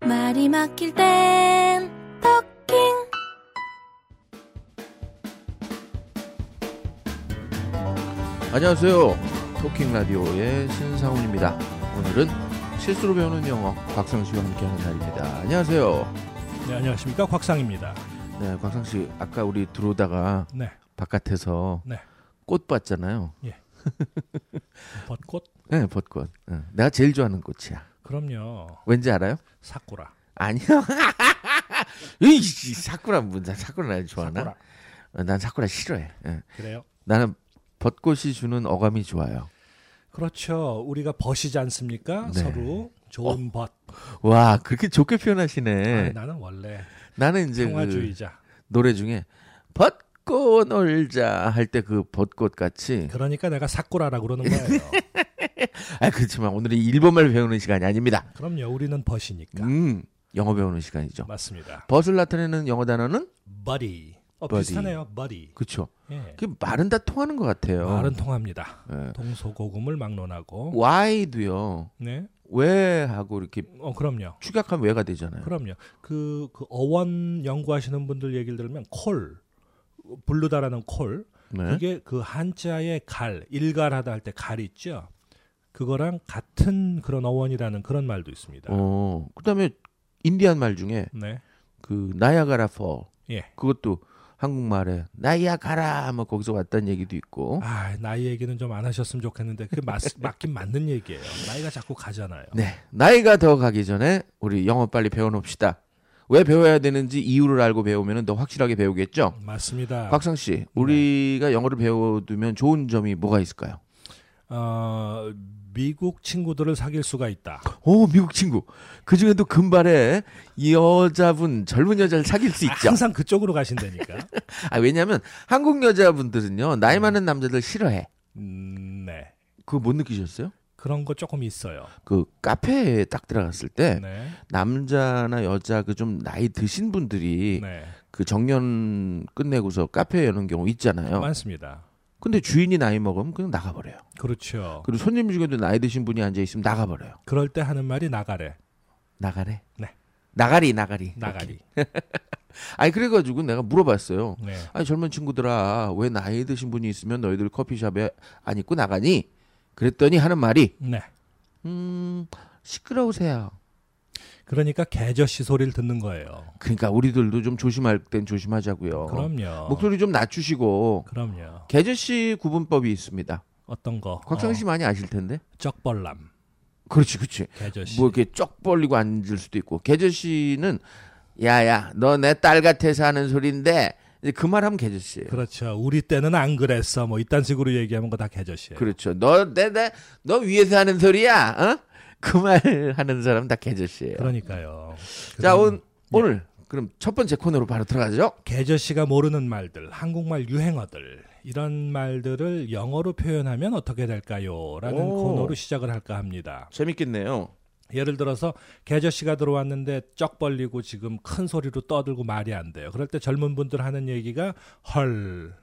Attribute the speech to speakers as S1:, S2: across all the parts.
S1: 날이 막힐 땐 토킹
S2: 안녕하세요. 토킹 라디오의 신상훈입니다. 오늘은 실수로 배우는 영어 곽상 씨와 함께하는 날입니다. 안녕하세요.
S3: 네, 안녕하십니까 곽상입니다.
S2: 네, 곽상 씨 아까 우리 들어오다가
S3: 네,
S2: 바깥에서
S3: 네.
S2: 꽃 봤잖아요.
S3: 벚꽃
S2: 네, 벚꽃. 네, 내가 제일 좋아하는 꽃이야.
S3: 그럼요
S2: 왠지 알아요?
S3: 사쿠라.
S2: 아니요. 이씨 사쿠라 문자 사쿠라 날 좋아하나?
S3: 사쿠라.
S2: 어, 난 사쿠라 싫어해. 예.
S3: 그래요?
S2: 나는 벚꽃이 주는 어감이 좋아요.
S3: 그렇죠. 우리가 벗이지 않습니까?
S2: 네.
S3: 서로 좋은 벗.
S2: 와 그렇게 좋게
S3: 아니,
S2: 표현하시네.
S3: 나는 원래
S2: 나는 이제 그
S3: 평화주의자.
S2: 노래 중에 벚꽃 놀자 할 때 그 벚꽃 같이
S3: 그러니까 내가 사쿠라라고 그러는 거예요.
S2: 네. 아 그렇지만 오늘은 일본말 배우는 시간이 아닙니다.
S3: 그럼요. 우리는 벗이니까.
S2: 음 영어 배우는 시간이죠.
S3: 맞습니다.
S2: 벗을 나타내는 영어 단어는
S3: buddy. 어,
S2: buddy.
S3: 비슷하네요. buddy.
S2: 그쵸.
S3: 예.
S2: 그 말은 다 통하는 것 같아요.
S3: 말은 통합니다.
S2: 예.
S3: 동서고금을 막론하고.
S2: why도요.
S3: 네.
S2: 왜 하고 이렇게
S3: 어, 그럼요.
S2: 축약하면 왜가 되잖아요.
S3: 그럼요. 그, 그 어원 연구하시는 분들 얘기를 들으면 콜, 부르다라는 콜,
S2: 네.
S3: 그게 그 한자의 갈, 일갈하다 할 때 갈 있죠. 그거랑 같은 그런 어원이라는 그런 말도 있습니다.
S2: 어 그다음에 인디안 말 중에
S3: 네.
S2: 그 나야가라 fall
S3: 예.
S2: 그것도 한국말에 나야가라 뭐 거기서 왔다는 얘기도 있고
S3: 아, 나이 얘기는 좀 안 하셨으면 좋겠는데 그게 맞, 맞긴 맞는 얘기예요. 나이가 자꾸 가잖아요.
S2: 네, 나이가 더 가기 전에 우리 영어 빨리 배워놓읍시다. 왜 배워야 되는지 이유를 알고 배우면 더 확실하게 배우겠죠.
S3: 맞습니다.
S2: 곽상 씨, 우리가 영어를 배워두면 좋은 점이 뭐가 있을까요?
S3: 어, 미국 친구들을 사귈 수가 있다. 아,
S2: 오, 미국 친구. 그 중에도 금발에 이 여자분 젊은 여자를 사귈 수 있죠.
S3: 항상 그쪽으로 가신다니까.
S2: 아, 왜냐하면 한국 여자분들은요 나이 많은 남자들 싫어해.
S3: 음, 네.
S2: 네. 그거 못 느끼셨어요?
S3: 그런 거 조금 있어요.
S2: 그 카페에 딱 들어갔을 때
S3: 네.
S2: 남자나 여자 그 좀 나이 드신 분들이
S3: 네.
S2: 그 정년 끝내고서 카페에 여는 경우 있잖아요.
S3: 많습니다.
S2: 근데 주인이 나이 먹으면 그냥 나가버려요.
S3: 그렇죠.
S2: 그리고 손님 중에도 나이 드신 분이 앉아 있으면 나가버려요.
S3: 그럴 때 하는 말이 나가래.
S2: 나가래.
S3: 네.
S2: 나가리 나가리.
S3: 나가리.
S2: 아니 그래가지고 내가 물어봤어요.
S3: 네.
S2: 아니 젊은 친구들아 왜 나이 드신 분이 있으면 너희들 커피숍에 안 있고 나가니? 그랬더니 하는 말이
S3: 네.
S2: 음 시끄러우세요.
S3: 그러니까 개저씨 소리를 듣는 거예요.
S2: 그러니까 우리들도 좀 조심할 땐 조심하자고요.
S3: 그럼요.
S2: 목소리 좀 낮추시고
S3: 그럼요.
S2: 개저씨 구분법이 있습니다.
S3: 어떤 거?
S2: 곽상
S3: 어,
S2: 씨 많이 아실 텐데.
S3: 적벌남,
S2: 그렇지 그렇지.
S3: 개저씨.
S2: 뭐 이렇게 쩍 벌리고 앉을 수도 있고 개저 씨는 야야 너 내 딸 같아서 하는 소리인데 그 말 하면 개저 씨예요.
S3: 그렇죠. 우리 때는 안 그랬어. 뭐 이딴 식으로 얘기하면 그거 다 개저씨예요.
S2: 그렇죠. 너 내 내 너 위에서 하는 소리야. 어? 그 말 하는 사람 다 개저 씨예요.
S3: 그러니까요.
S2: 자
S3: 그럼 예.
S2: 오늘 오늘 그럼 첫 번째 코너로 바로 들어가죠.
S3: 개저씨가 모르는 말들, 한국말 유행어들 이런 말들을 영어로 표현하면 어떻게 될까요?라는
S2: 오.
S3: 코너로 시작을 할까 합니다.
S2: 재밌겠네요.
S3: 예를 들어서 개저씨가 들어왔는데 쩍 벌리고 지금 큰 소리로 떠들고 말이 안 돼요. 그럴 때 젊은 분들 하는 얘기가 헐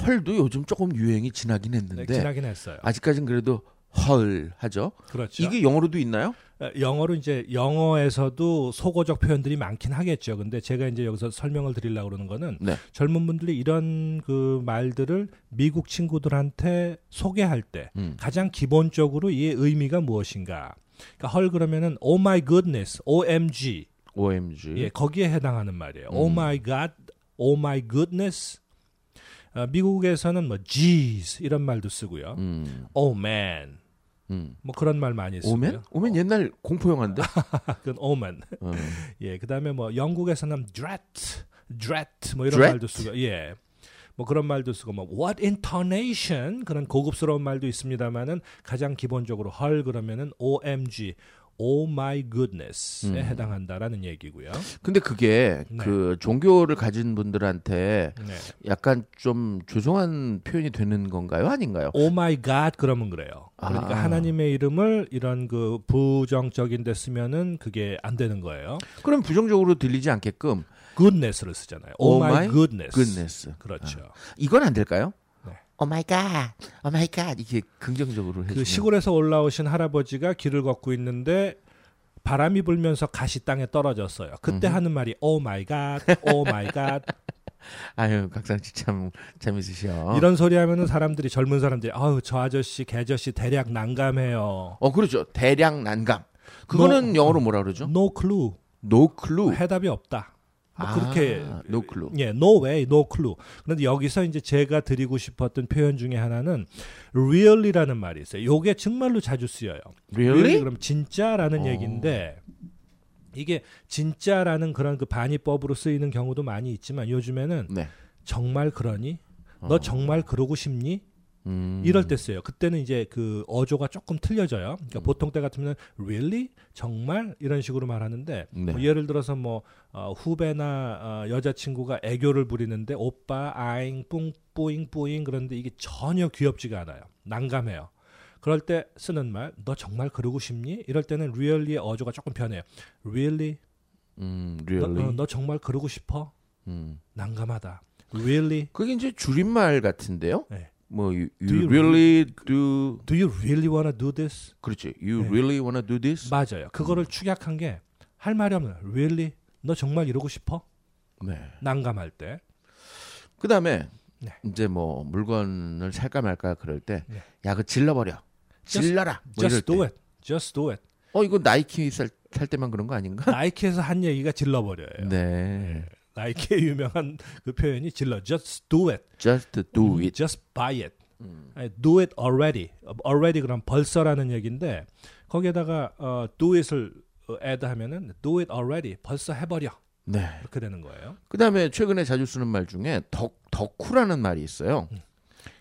S2: 헐도 요즘 조금 유행이 지나긴
S3: 네,
S2: 했는데
S3: 지나긴 했어요.
S2: 아직까지는 그래도 헐 하죠.
S3: 그렇죠.
S2: 이게 영어로도 있나요?
S3: 어, 영어로 이제 영어에서도 소거적 표현들이 많긴 하겠죠. 근데 제가 이제 여기서 설명을 드리려고 그러는 거는
S2: 네.
S3: 젊은 분들이 이런 그 말들을 미국 친구들한테 소개할 때
S2: 음.
S3: 가장 기본적으로 이의 의미가 무엇인가. 그러니까 헐 그러면은 oh my goodness, OMG
S2: OMG.
S3: 예, 거기에 해당하는 말이에요.
S2: 음.
S3: Oh my God, Oh my goodness. 어, 미국에서는 뭐 jeez 이런 말도 쓰고요.
S2: 음.
S3: Oh man
S2: 음.
S3: 뭐 그런 말 많이 쓰고요.
S2: 오맨? 오맨 옛날 공포 영화인데.
S3: 아, 그건 oh man.
S2: 어.
S3: 예, 그다음에 뭐 영국에서는 dread, dread 뭐 이런
S2: Dread?
S3: 말도 쓰고, 예. 뭐 그런 말도 쓰고 뭐 what intonation 그런 고급스러운 말도 있습니다만은 가장 기본적으로 헐 그러면은 OMG, Oh my goodness에
S2: 음.
S3: 해당한다라는 얘기고요.
S2: 근데 그게
S3: 네.
S2: 그 종교를 가진 분들한테
S3: 네.
S2: 약간 좀 죄송한 표현이 되는 건가요? 아닌가요?
S3: Oh my God 그러면 그래요. 그러니까
S2: 아.
S3: 하나님의 이름을 이런 그 부정적인데 쓰면은 그게 안 되는 거예요.
S2: 그럼 부정적으로 들리지 않게끔
S3: goodness를 쓰잖아요. Oh,
S2: Oh
S3: my,
S2: my
S3: goodness.
S2: goodness. 아,
S3: 그렇죠.
S2: 이건 안 될까요? Oh
S3: 네.
S2: 오 마이 갓. 오 Oh 마이 갓. 이게 긍정적으로 해
S3: 그 시골에서 올라오신 할아버지가 길을 걷고 있는데 바람이 불면서 가시 땅에 떨어졌어요. 그때 하는 말이 Oh 오 마이 갓, 오 마이 갓
S2: 아유 각상치 참 재밌으셔.
S3: 이런 소리 하면은 사람들이 젊은 사람들이 아우 저 아저씨 개저씨 대략 난감해요.
S2: 어 그렇죠. 대량 난감. 그거는 영어로 뭐라 그러죠?
S3: No clue.
S2: No clue.
S3: 해답이 없다. 뭐 그렇게
S2: 아, no clue.
S3: 예, no way, no clue. 그런데 여기서 이제 제가 드리고 싶었던 표현 중에 하나는 really라는 말이 있어요. 요게 정말로 자주 쓰여요.
S2: Really?
S3: 그럼 진짜라는 얘기인데 이게 진짜라는 그런 그 반의법으로 쓰이는 경우도 많이 있지만 요즘에는
S2: 네.
S3: 정말 그러니? 너 정말 그러고 싶니?
S2: 음. 음.
S3: 이럴 때 써요. 그때는 이제 그 어조가 조금 틀려져요. 그러니까 보통 때 같으면 really 정말 이런 식으로 말하는데
S2: 네.
S3: 뭐 예를 들어서 뭐 어, 후배나 어, 여자친구가 애교를 부리는데 오빠 아잉 뿡 뿌잉 뿌잉 그런데 이게 전혀 귀엽지가 않아요. 난감해요. 그럴 때 쓰는 말 너 정말 그러고 싶니? 이럴 때는 really의 어조가 조금 변해요. really
S2: 음,
S3: 너,
S2: really.
S3: 어, 너 정말 그러고 싶어?
S2: 음.
S3: 난감하다. really
S2: 그게 이제 줄임말 같은데요.
S3: 네.
S2: 뭐 you,
S3: Do
S2: you
S3: you
S2: really do
S3: Do you really wanna do this?
S2: 그렇지. You
S3: 네.
S2: really wanna do this?
S3: 맞아요. 그거를
S2: 음.
S3: 축약한 게 할 말이 없는 거예요. really 너 정말 이러고 싶어?
S2: 네.
S3: 난감할 때.
S2: 그다음에
S3: 네.
S2: 이제 뭐 물건을 살까 말까 그럴 때
S3: 네.
S2: 야, 그거 질러 버려.
S3: Just-
S2: 질러라. 뭐 이럴
S3: just
S2: 때.
S3: do it. just do it.
S2: 어, 이거 나이키 살, 살 때만 그런 거 아닌가?
S3: 나이키에서 한 얘기가 질러 버려요.
S2: 네.
S3: 나이키의 유명한 그 표현이 질러 just do it.
S2: Just do it.
S3: just buy it.
S2: 음.
S3: 아니, do it already. already 그럼 벌써라는 얘기인데 거기에다가 어, do it을 어, add 하면은 do it already. 벌써 해 버려.
S2: 네.
S3: 그렇게 되는 거예요.
S2: 그다음에 최근에 자주 쓰는 말 중에 덕 덕후라는 말이 있어요.
S3: 음.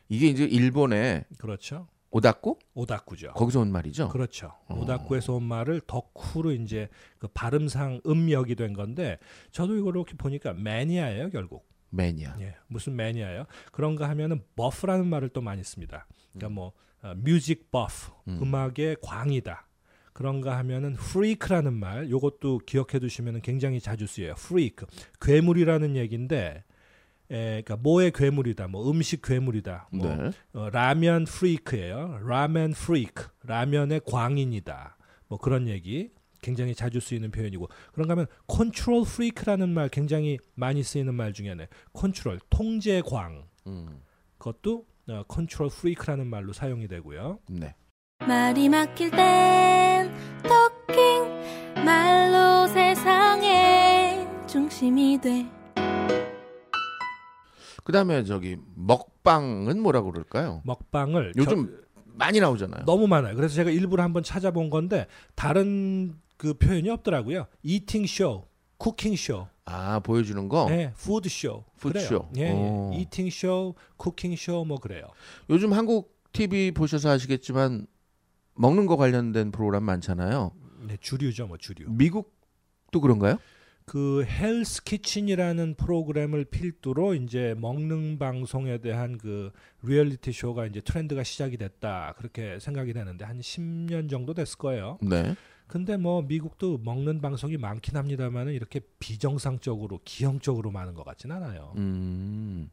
S2: 이게 이제 일본의
S3: 그렇죠.
S2: 오다쿠
S3: 오다쿠죠.
S2: 거기서 온 말이죠.
S3: 그렇죠. 오다쿠에서 온 말을 덕후로 이제 그 발음상 음역이 된 건데 저도 이걸 이렇게 보니까 매니아예요 결국.
S2: 매니아.
S3: 예, 무슨 매니아예요? 그런가 하면은 버프라는 말을 또 많이 씁니다. 그러니까 뭐 어, 뮤직 버프, 음. 악의 광이다. 그런가 하면은 프리크라는 말, 요것도 기억해 두시면은 굉장히 자주 쓰여요. 프리크, 괴물이라는 얘기인데, 에, 그러니까 뭐의 괴물이다, 뭐 음식 괴물이다, 뭐
S2: 네.
S3: 어, 라면 프리크예요. 라멘 프리크. 라면의 광인이다. 뭐 그런 얘기 굉장히 자주 쓰이는 표현이고 그런가 하면 컨트롤 프리크라는 말 굉장히 많이 쓰이는 말 중에 하나. 컨트롤 통제 광.
S2: 음.
S3: 그것도 어, 컨트롤 프리크라는 말로 사용이 되고요.
S2: 네.
S1: 말이 막힐 땐 토킹 말로 세상의 중심이 돼
S2: 그다음에 저기 먹방은 뭐라고 그럴까요?
S3: 먹방을 저-
S2: 요즘 많이 나오잖아요.
S3: 너무 많아요. 그래서 제가 일부러 한번 찾아본 건데 다른 그 표현이 없더라고요. 이팅 쇼, 쿠킹 쇼.
S2: 아 보여주는 거.
S3: 네, 푸드 쇼.
S2: 푸드
S3: 그래요.
S2: 쇼.
S3: 예,
S2: 오.
S3: 예. 이팅 쇼, 쿠킹 쇼 뭐 그래요.
S2: 요즘 한국 TV 보셔서 아시겠지만 먹는 거 관련된 프로그램 많잖아요.
S3: 네, 주류죠, 뭐 주류.
S2: 미국도 그런가요?
S3: 그 헬스 키친이라는 프로그램을 필두로 이제 먹는 방송에 대한 그 리얼리티 쇼가 이제 트렌드가 시작이 됐다. 그렇게 생각이 되는데 한 10년 정도 됐을 거예요.
S2: 네.
S3: 근데 뭐 미국도 먹는 방송이 많긴 합니다만은 이렇게 비정상적으로 기형적으로 많은 것 같진 않아요.
S2: 음.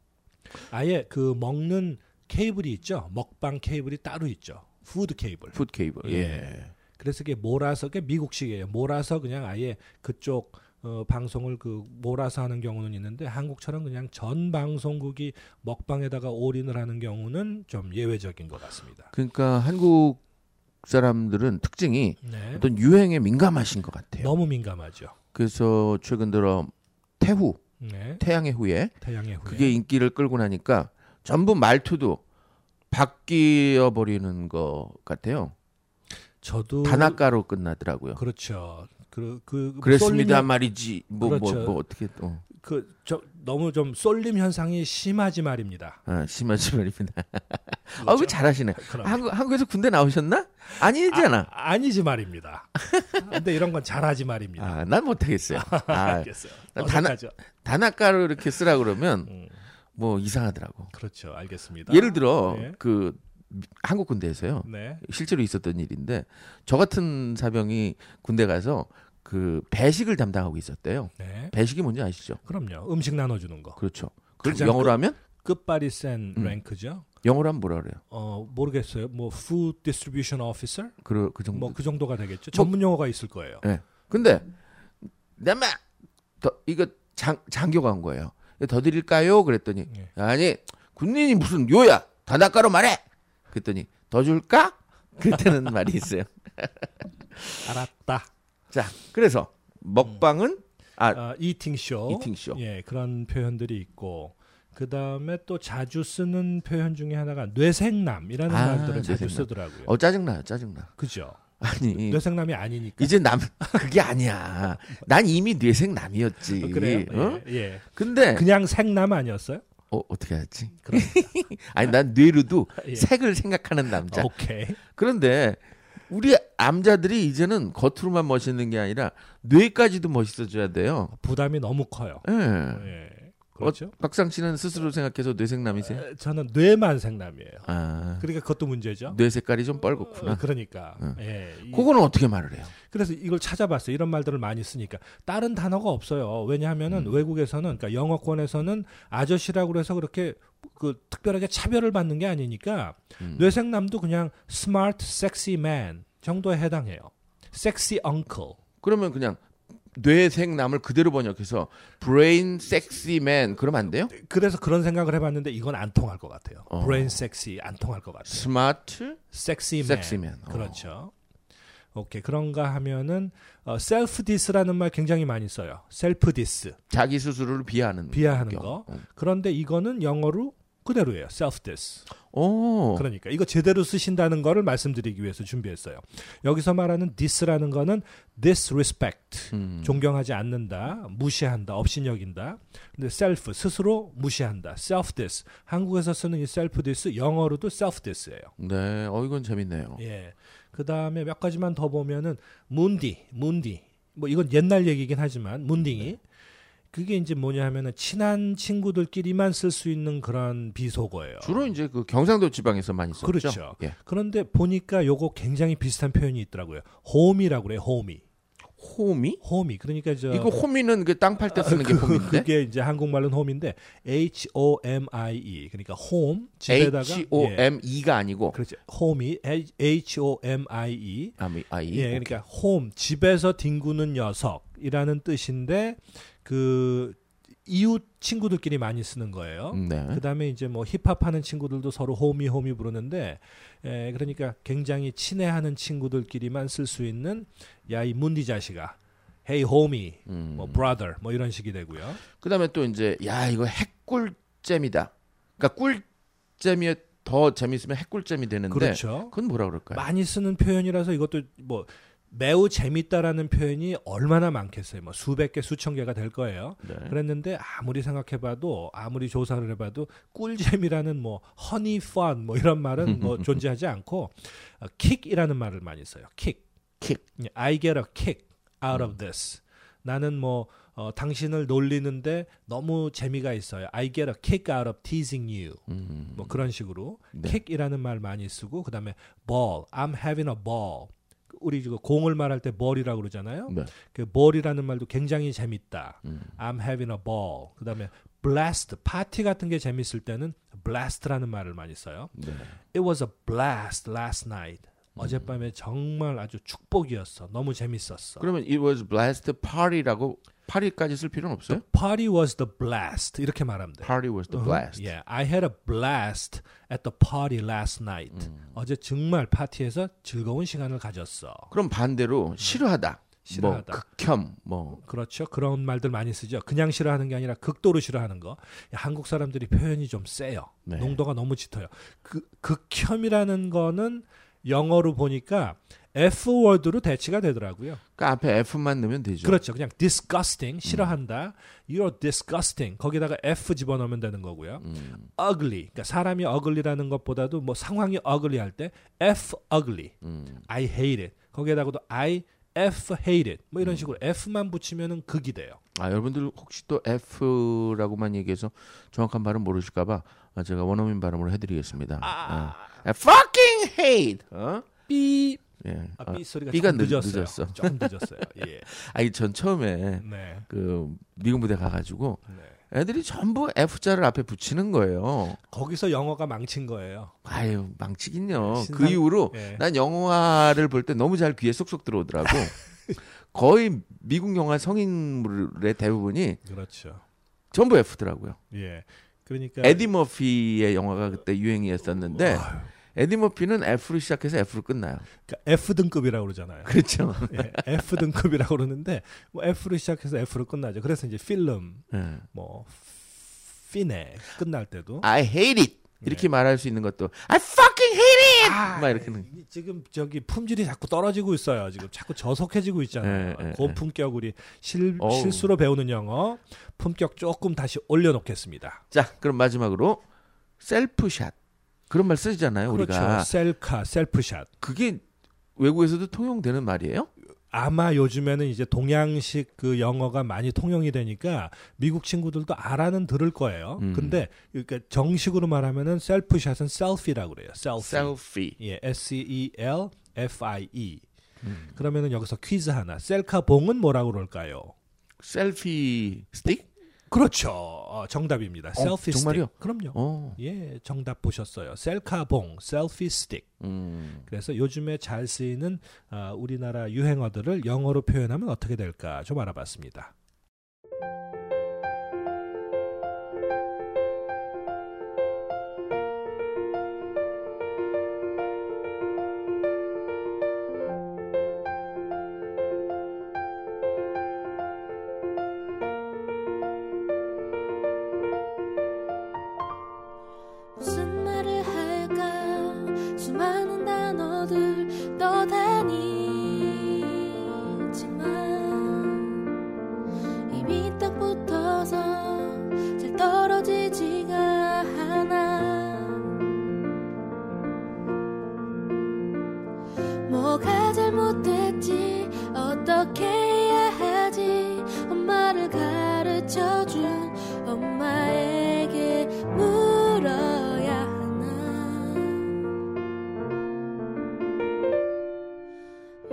S3: 아예 그 먹는 케이블이 있죠. 먹방 케이블이 따로 있죠. 푸드 케이블.
S2: 푸드 케이블. 예.
S3: 예. 그래서 이게 몰아서 그게 미국식이에요. 몰아서 그냥 아예 그쪽 어, 방송을 그 몰아서 하는 경우는 있는데 한국처럼 그냥 전 방송국이 먹방에다가 올인을 하는 경우는 좀 예외적인 것 같습니다.
S2: 그러니까 한국 사람들은 특징이
S3: 네.
S2: 어떤 유행에 민감하신 것 같아요.
S3: 너무 민감하죠.
S2: 그래서 최근 들어 태후,
S3: 네.
S2: 태양의 후예
S3: 태양의 후예.
S2: 그게 인기를 끌고 나니까 전부 말투도 바뀌어 버리는 것 같아요.
S3: 저도
S2: 단아가로 끝나더라고요.
S3: 그렇죠. 그, 그,
S2: 그랬습니다
S3: 쏠림,
S2: 말이지. 뭐 뭐 뭐
S3: 그렇죠.
S2: 어떻게 또
S3: 그, 저, 너무 좀 쏠림 현상이 심하지 말입니다.
S2: 아, 심하지 말입니다. 아, 그 잘하시네.
S3: 음. 그렇죠. 그럼.
S2: 한국 한국에서 군대 나오셨나? 아니잖아.
S3: 아, 아니지 말입니다. 근데 이런 건 잘하지 말입니다.
S2: 아, 난 못하겠어요. 아,
S3: 알겠어요.
S2: 난 단아-
S3: 어색하죠.
S2: 단아가로 이렇게 쓰라 그러면
S3: 음.
S2: 뭐 이상하더라고.
S3: 그렇죠. 알겠습니다.
S2: 예를 들어
S3: 네.
S2: 그 한국 군대에서요.
S3: 네.
S2: 실제로 있었던 일인데 저 같은 사병이 군대 가서 그 배식을 담당하고 있었대요.
S3: 네.
S2: 배식이 뭔지 아시죠?
S3: 그럼요. 음식 나눠 주는 거.
S2: 그렇죠. 그걸
S3: 가장
S2: 영어로 하면
S3: 끝발이 센
S2: 음.
S3: 랭크죠.
S2: 영어로 하면 뭐라 그래요?
S3: 어 모르겠어요. 뭐 food distribution officer
S2: 그, 그 정도.
S3: 뭐 그 정도가 되겠죠. 전문 용어가 있을 거예요.
S2: 예. 근데 내마 이거 장 장교가 한 거예요. 이거 더 드릴까요? 그랬더니
S3: 예.
S2: 아니 군인이 무슨 요야 단아가로 말해. 그랬더니 더 줄까? 그때는 말이 있어요.
S3: 알았다.
S2: 자, 그래서 먹방은 아
S3: 아, 이팅 쇼.
S2: 이팅 쇼.
S3: 예, 그런 표현들이 있고 그 다음에 또 자주 쓰는 표현 중에 하나가 뇌생남이라는
S2: 아,
S3: 말들을 자주
S2: 뇌생남.
S3: 쓰더라고요.
S2: 어 짜증나요, 짜증나.
S3: 그죠?
S2: 아니
S3: 뇌생남이 아니니까.
S2: 이제 남 그게 아니야. 난 이미 뇌생남이었지.
S3: 어, 그래요?
S2: 어?
S3: 예, 예.
S2: 근데
S3: 그냥 생남 아니었어요?
S2: 어, 어떻게 하지?
S3: 그럼
S2: 아니 난 뇌로도
S3: 그러니까. 예. 어,
S2: 색을 생각하는 남자.
S3: 오케이.
S2: 그런데 우리 암자들이 이제는 겉으로만 멋있는 게 아니라 뇌까지도 멋있어져야 돼요.
S3: 부담이 너무 커요.
S2: 예.
S3: 예. 그렇죠?
S2: 어, 박상 씨는 스스로 생각해서 뇌생남이세요?
S3: 에, 저는 뇌만 생남이에요.
S2: 아,
S3: 그러니까 그것도 문제죠.
S2: 뇌 색깔이 좀
S3: 어,
S2: 뻘겋구나. 네.
S3: 그러니까.
S2: 응.
S3: 예. 이-
S2: 그거는 어떻게 말을 해요?
S3: 그래서 이걸 찾아봤어요. 이런 말들을 많이 쓰니까 다른 단어가 없어요. 왜냐하면은
S2: 음.
S3: 외국에서는 그러니까 영어권에서는 아저씨라고 해서 그렇게 그 특별하게 차별을 받는 게 아니니까
S2: 음.
S3: 뇌생남도 그냥 smart, sexy man 정도에 해당해요. sexy uncle.
S2: 그러면 그냥 뇌생남을 그대로 번역해서 브레인 섹시맨 그러면 안 돼요?
S3: 그래서 그런 생각을 해봤는데 이건 안 통할 것 같아요.
S2: 어.
S3: brain sexy 안 통할 것 같아요.
S2: 스마트
S3: sexy man.
S2: 섹시맨. 어.
S3: 그렇죠. 오케이 그런가 하면은 어, self dis라는 말 굉장히 많이 써요. self dis.
S2: 자기 스스로를 비하하는
S3: 비하하는
S2: 경우.
S3: 거. 그런데 이거는 영어로 그대로예요. self dis.
S2: 어.
S3: 그러니까 이거 제대로 쓰신다는 거를 말씀드리기 위해서 준비했어요. 여기서 말하는 dis라는 거는 disrespect.
S2: 음.
S3: 존경하지 않는다, 무시한다, 업신여긴다. 근데 self 스스로 무시한다. self dis. 한국에서 쓰는 이 self dis 영어로도 self dis예요.
S2: 네. 어 이건 재밌네요.
S3: 예. 그다음에 몇 가지만 더 보면은 문디, 문디. 뭐 이건 옛날 얘기긴 하지만 문딩이
S2: 네.
S3: 그게 이제 뭐냐 하면은 친한 친구들끼리만 쓸 수 있는 그런 비속어예요.
S2: 주로 이제 그 경상도 지방에서 많이 썼죠.
S3: 그렇죠.
S2: 예.
S3: 그런데 보니까 요거 굉장히 비슷한 표현이 있더라고요. 호미라고 그래. 호미.
S2: 호미?
S3: 호미. 그러니까 저
S2: 이거 호미는 그 땅 팔 때 쓰는 게 호미인데.
S3: 아, 그게 이제 한국말로는 홈인데 H O M I E. 그러니까 홈 집에다가
S2: H O
S3: 예.
S2: M E가 아니고
S3: 그렇죠. 홈이 H O M I E.
S2: 아미 아이.
S3: 예, 그러니까 홈 집에서 뒹구는 녀석이라는 뜻인데 그 이웃 친구들끼리 많이 쓰는 거예요.
S2: 네.
S3: 그다음에 이제 뭐 힙합 하는 친구들도 서로 호미 호미 부르는데 에, 그러니까 굉장히 친해하는 친구들끼리만 쓸 수 있는 야 이 문디 자식아. 헤이 호미.
S2: 음.
S3: 뭐 brother 뭐 이런 식이 되고요.
S2: 그다음에 또 이제 야 이거 핵꿀잼이다. 그러니까 꿀잼이 더 재밌으면 핵꿀잼이 되는데
S3: 그렇죠.
S2: 그건 뭐라 그럴까요?
S3: 많이 쓰는 표현이라서 이것도 뭐 매우 재밌다라는 표현이 얼마나 많겠어요. 뭐 수백 개, 수천 개가 될 거예요.
S2: 네.
S3: 그랬는데 아무리 생각해봐도 아무리 조사를 해봐도 꿀잼이라는 뭐 허니 펀 뭐 이런 말은 뭐 존재하지 않고 어, 킥이라는 말을 많이 써요. 킥.
S2: 킥.
S3: 예, I get a kick out
S2: 음.
S3: of this. 나는 뭐 어, 당신을 놀리는데 너무 재미가 있어요. I get a kick out of teasing you.
S2: 음.
S3: 뭐 그런 식으로
S2: 네.
S3: 킥이라는 말 많이 쓰고 그다음에 ball. I'm having a ball. 우리 그 공을 말할 때 볼이라고 그러잖아요.
S2: 네.
S3: 그 ball이라는 말도 굉장히 재밌다.
S2: 음.
S3: I'm having a ball. 그다음에 blast 파티 같은 게 재밌을 때는 blast라는 말을 많이 써요.
S2: 네. 음.
S3: It was a blast last night. 어젯밤에 정말 아주 축복이었어. 너무 재밌었어.
S2: 그러면 it was blast party라고 파리까지 쓸 필요는 없어요?
S3: Party was the blast. 이렇게 말하면 돼.
S2: Party was the blast.
S3: Yeah, I had a blast at the party last night.
S2: 음.
S3: 어제 정말 파티에서 즐거운 시간을 가졌어.
S2: 그럼 반대로 싫어하다.
S3: 음. 싫어하다.
S2: 뭐 극혐 뭐
S3: 그렇죠. 그런 말들 많이 쓰죠. 그냥 싫어하는 게 아니라 극도로 싫어하는 거. 야, 한국 사람들이 표현이 좀 세요.
S2: 네.
S3: 농도가 너무 짙어요. 그, 극혐이라는 거는 영어로 보니까 F 월드로 대치가 되더라고요.
S2: 그러니까 앞에 F만 넣으면 되죠.
S3: 그렇죠. 그냥
S2: 음.
S3: disgusting 싫어한다. You're disgusting. 거기다가 F 집어넣으면 되는 거고요.
S2: 음.
S3: ugly. 그러니까 사람이 ugly라는 것보다도 뭐 상황이 ugly 할 때 F ugly.
S2: 음.
S3: I hate it. 거기에다가도 I F hate it. 뭐 이런
S2: 음.
S3: 식으로 F만 붙이면은 극이 돼요.
S2: 아 여러분들 혹시 또 F라고만 얘기해서 정확한 발음 모르실까봐 아, 제가 원어민 발음으로 해드리겠습니다. 아. 아, fucking hate. 어?
S3: 삐
S2: 예.
S3: 아, 삐 소리가
S2: 삐가
S3: 조금
S2: 늦-
S3: 늦었어요.
S2: 늦었어.
S3: 조금 늦었어요. 예.
S2: 아니 전 처음에
S3: 네.
S2: 그 미군 부대 가가지고
S3: 네.
S2: 애들이 전부 F자를 앞에 붙이는 거예요.
S3: 거기서 영어가 망친 거예요.
S2: 아유 망치긴요.
S3: 신상-
S2: 그 이후로
S3: 예.
S2: 난 영화를 볼 때 너무 잘 귀에 쏙쏙 들어오더라고. 거의 미국 영화 성인물의 대부분이
S3: 그렇죠.
S2: 전부 F더라고요.
S3: 예. 그러니까
S2: 에디 머피의 영화가 그때 유행이었었는데 에디 머피는 F로 시작해서 F로 끝나요.
S3: 그러니까 F 등급이라고 그러잖아요.
S2: 그렇죠.
S3: 예, F 등급이라고 그러는데 뭐 F로 시작해서 F로 끝나죠. 그래서 이제 필름,
S2: 예.
S3: 뭐 피네 끝날 때도
S2: I hate it
S3: 예.
S2: 이렇게 말할 수 있는 것도 I fucking hate it
S3: 아,
S2: 막 이렇게는
S3: 이- 지금 저기 품질이 자꾸 떨어지고 있어요. 지금 자꾸 저속해지고 있잖아요.
S2: 예, 예,
S3: 고품격 우리 실,
S2: 어우.
S3: 실수로 배우는 영어 품격 조금 다시 올려놓겠습니다.
S2: 자 그럼 마지막으로 셀프샷 그런 말 쓰잖아요 우리가
S3: 그렇죠. 셀카, 셀프샷.
S2: 그게 외국에서도 통용되는 말이에요?
S3: 아마 요즘에는 이제 동양식 그 영어가 많이 통용이 되니까 미국 친구들도 알아는 들을 거예요.
S2: 음.
S3: 근데 그러니까 정식으로 말하면은 셀프샷은 셀피라고 그래요. 셀피.
S2: 셀피
S3: 예, S E L F I E.
S2: 음.
S3: 그러면은 여기서 퀴즈 하나. 셀카봉은 뭐라고 그럴까요?
S2: 셀피 스틱?
S3: 그렇죠. 어, 정답입니다. 셀피
S2: 정말요?
S3: 스틱. 그럼요.
S2: 어.
S3: 예, 정답 보셨어요. 셀카봉, 셀피 스틱.
S2: 음.
S3: 그래서 요즘에 잘 쓰이는 아, 우리나라 유행어들을 영어로 표현하면 어떻게 될까 좀 알아봤습니다.
S1: 무슨 말을 할까 수많은 단어들 떠다니지만 입이 딱 붙어서 잘 떨어지지가 않아 뭐가 잘못됐지 어떻게 해야 하지 엄마를 가르쳐준 엄마에게 물어야 하나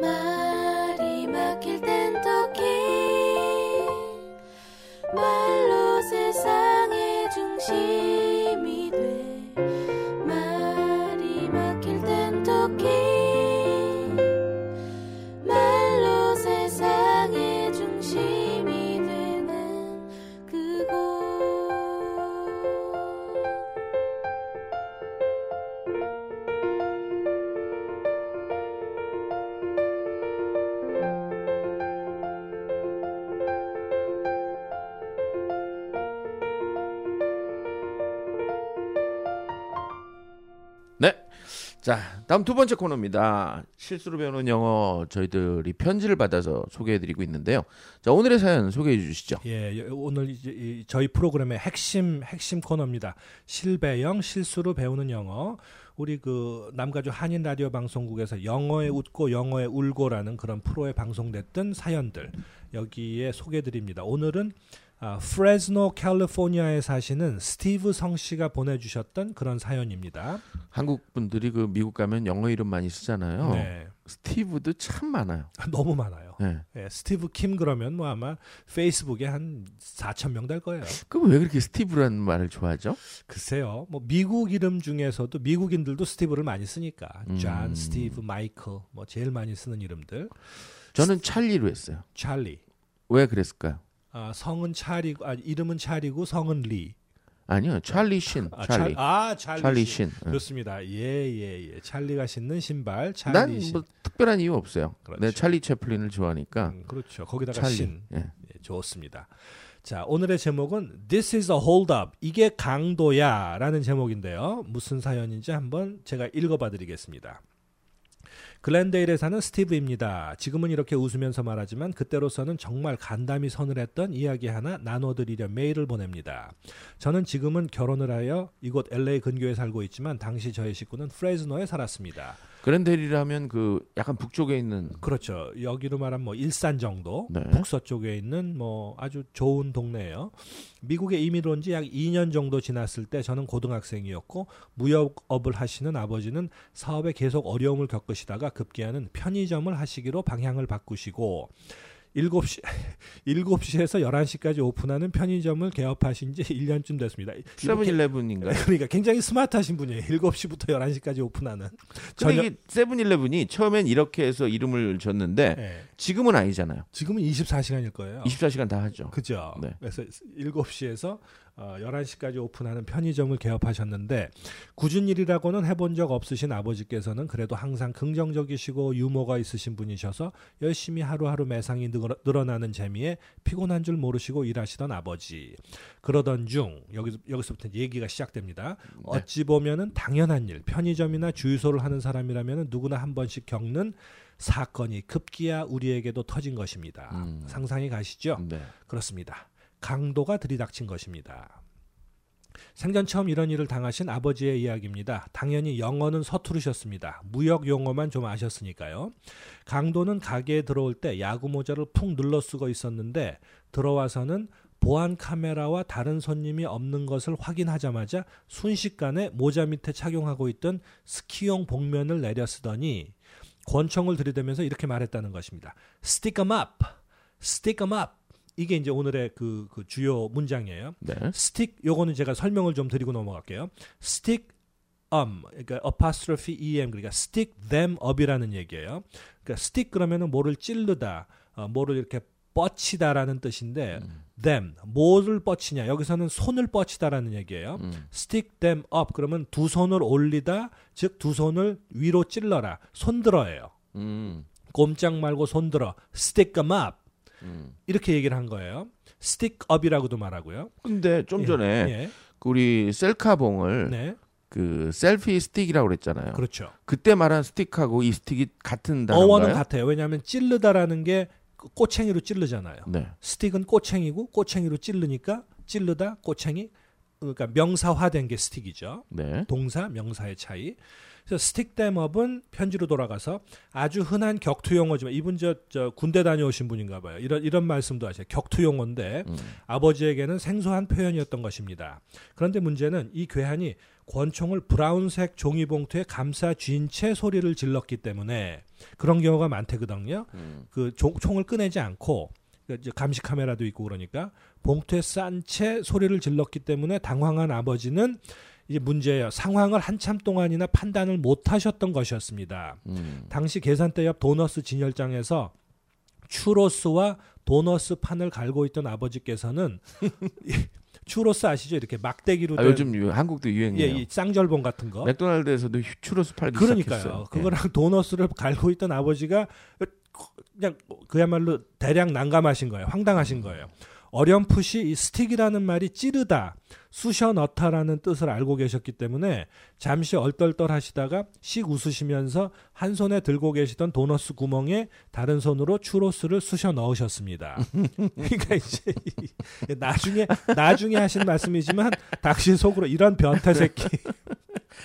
S1: 말이 막힐 땐 토끼 말로 세상의 중심이 돼 말이 막힐 땐 토끼 말로 세상의 중심이 되는 그곳
S2: 네. 자, 다음 두 번째 코너입니다. 실수로 배우는 영어 저희들이 편지를 받아서 소개해 드리고 있는데요. 자, 오늘의 사연 소개해 주시죠.
S3: 예, 여- 오늘 이제 이 저희 프로그램의 핵심 핵심 코너입니다. 실배영 실수로 배우는 영어. 우리 그 남가주 한인 라디오 방송국에서 영어에 웃고 영어에 울고라는 그런 프로에 방송됐던 사연들 여기에 소개드립니다. 오늘은 아, 프레즈노 캘리포니아에 사시는 스티브 성 씨가 보내주셨던 그런 사연입니다.
S2: 한국 분들이 그 미국 가면 영어 이름 많이 쓰잖아요.
S3: 네,
S2: 스티브도 참 많아요.
S3: 너무 많아요.
S2: 네.
S3: 예, 스티브 킴 그러면 뭐 아마 페이스북에 한 4천 명 될 거예요.
S2: 그럼 왜 그렇게 스티브라는 말을 좋아하죠?
S3: 글쎄요. 뭐 미국 이름 중에서도 미국인들도 스티브를 많이 쓰니까
S2: 음.
S3: 존, 스티브, 마이클 뭐 제일 많이 쓰는 이름들.
S2: 저는 찰리로 했어요.
S3: 찰리.
S2: 왜 그랬을까요?
S3: 아, 성은 찰이고 아, 이름은 찰이고 성은 리.
S2: 아니요, 찰리 신,
S3: 아,
S2: 찰리,
S3: 찰, 아 찰리,
S2: 찰리
S3: 신.
S2: 신. 응.
S3: 그렇습니다. 예예 예, 찰리가 신는 신발 찰리
S2: 난
S3: 신.
S2: 뭐 특별한 이유 없어요.
S3: 그렇죠.
S2: 내 찰리 채플린을 좋아하니까
S3: 음, 그렇죠. 거기다가
S2: 찰리.
S3: 신.
S2: 예.
S3: 예, 좋습니다. 자, 오늘의 제목은 This is a hold up. 이게 강도야. 라는 제목인데요. 무슨 사연인지 한번 제가 읽어봐 드리겠습니다. 글랜데일에 사는 스티브입니다. 지금은 이렇게 웃으면서 말하지만 그때로서는 정말 간담이 서늘했던 이야기 하나 나눠드리려 메일을 보냅니다. 저는 지금은 결혼을 하여 이곳 LA 근교에 살고 있지만 당시 저의 식구는 프레즈노에 살았습니다.
S2: 그랜데리라면 그 약간 북쪽에 있는
S3: 그렇죠. 여기로 말하면 뭐 일산 정도
S2: 네.
S3: 북서쪽에 있는 뭐 아주 좋은 동네예요. 미국에 이미 온 지 약 2년 정도 지났을 때 저는 고등학생이었고 무역업을 하시는 아버지는 사업에 계속 어려움을 겪으시다가 급기야는 편의점을 하시기로 방향을 바꾸시고 7시 7시에서 11시까지 오픈하는 편의점을 개업하신 지 1년쯤 됐습니다. 이렇게-
S2: 세븐일레븐인가요? 네.
S3: 그러니까 굉장히 스마트하신 분이에요. 7시부터 11시까지 오픈하는
S2: 근데
S3: 저녁-
S2: 이게 세븐일레븐이 처음엔 이렇게 해서 이름을 졌는데
S3: 예.
S2: 지금은 아니잖아요.
S3: 지금은 24시간일 거예요.
S2: 24시간 다 하죠.
S3: 그죠.
S2: 네.
S3: 그래서 7시에서 어, 11시까지 오픈하는 편의점을 개업하셨는데 굳은 일이라고는 해본 적 없으신 아버지께서는 그래도 항상 긍정적이시고 유머가 있으신 분이셔서 열심히 하루하루 매상이 늘어- 늘어나는 재미에 피곤한 줄 모르시고 일하시던 아버지. 그러던 중 여기, 여기서부터 이제 얘기가 시작됩니다. 어찌 보면은 당연한 일, 편의점이나 주유소를 하는 사람이라면 누구나 한 번씩 겪는 사건이 급기야 우리에게도 터진 것입니다.
S2: 음.
S3: 상상이 가시죠?
S2: 네.
S3: 그렇습니다. 강도가 들이닥친 것입니다. 생전 처음 이런 일을 당하신 아버지의 이야기입니다. 당연히 영어는 서투르셨습니다. 무역 용어만 좀 아셨으니까요. 강도는 가게에 들어올 때 야구 모자를 푹 눌러 쓰고 있었는데 들어와서는 보안 카메라와 다른 손님이 없는 것을 확인하자마자 순식간에 모자 밑에 착용하고 있던 스키용 복면을 내려 쓰더니 권총을 들이대면서 이렇게 말했다는 것입니다. Stick 'em up, stick 'em up. 이게 이제 오늘의 그, 그 주요 문장이에요.
S2: 네.
S3: 스틱 요거는 제가 설명을 좀 드리고 넘어갈게요. 스틱 um 그러니까 apostrophe em 그러니까 stick them up이라는 얘기예요. 그러니까 stick 그러면은 뭐를 찌르다, 어, 뭐를 이렇게 뻗치다라는 뜻인데
S2: 음.
S3: them 뭐를 뻗치냐 여기서는 손을 뻗치다라는 얘기예요.
S2: 음.
S3: stick them up 그러면 두 손을 올리다 즉 두 손을 위로 찔러라 손들어예요.
S2: 음.
S3: 꼼짝 말고 손들어 stick them up
S2: 음.
S3: 이렇게 얘기를 한 거예요. stick up이라고도 말하고요.
S2: 근데 좀
S3: 예,
S2: 전에
S3: 예.
S2: 그 우리 셀카봉을
S3: 네.
S2: 그 셀피 스틱이라고 그랬잖아요.
S3: 그렇죠.
S2: 그때 말한 스틱하고 이 스틱이 같은
S3: 어원은
S2: 단어인가요?
S3: 같아요. 왜냐하면 찌르다라는 게그 꼬챙이로 찌르잖아요.
S2: 네.
S3: 스틱은 꼬챙이고 꼬챙이로 찌르니까 찌르다 꼬챙이 그러니까 명사화된 게 스틱이죠.
S2: 네.
S3: 동사 명사의 차이. 그래서 스틱 댐업은 편지로 돌아가서 아주 흔한 격투 용어지만 이분 저, 저 군대 다녀오신 분인가 봐요. 이런 이런 말씀도 하세요. 격투 용어인데
S2: 음.
S3: 아버지에게는 생소한 표현이었던 것입니다. 그런데 문제는 이 괴한이 권총을 브라운색 종이 봉투에 감싸 쥔 채 소리를 질렀기 때문에 그런 경우가 많대거든요.
S2: 음.
S3: 그 종- 총을 꺼내지 않고 그 이제 감시 카메라도 있고 그러니까 봉투에 싼 채 소리를 질렀기 때문에 당황한 아버지는 이제 문제예요. 상황을 한참 동안이나 판단을 못 하셨던 것이었습니다.
S2: 음.
S3: 당시 계산대 옆 도너스 진열장에서 추로스와 도너스 판을 갈고 있던 아버지께서는 이- 추로스 아시죠? 이렇게 막대기로
S2: 아,
S3: 된-
S2: 요즘 유- 한국도
S3: 예,
S2: 유행이에요.
S3: 이 쌍절봉 같은 거.
S2: 맥도날드에서도 휴- 추러스 팔기
S3: 그러니까요.
S2: 시작했어요. 예.
S3: 그거랑 도너스를 갈고 있던 아버지가 그냥 그야말로 대량 난감하신 거예요. 황당하신 거예요. 어렴풋이 이 스틱이라는 말이 찌르다, 쑤셔 넣다라는 뜻을 알고 계셨기 때문에 잠시 얼떨떨 하시다가 씩 웃으시면서 한 손에 들고 계시던 도너스 구멍에 다른 손으로 추로스를 쑤셔 넣으셨습니다. 그러니까 이제 이- 나중에 나중에 하신 말씀이지만 당시 속으로 이런 변태 새끼
S2: 예.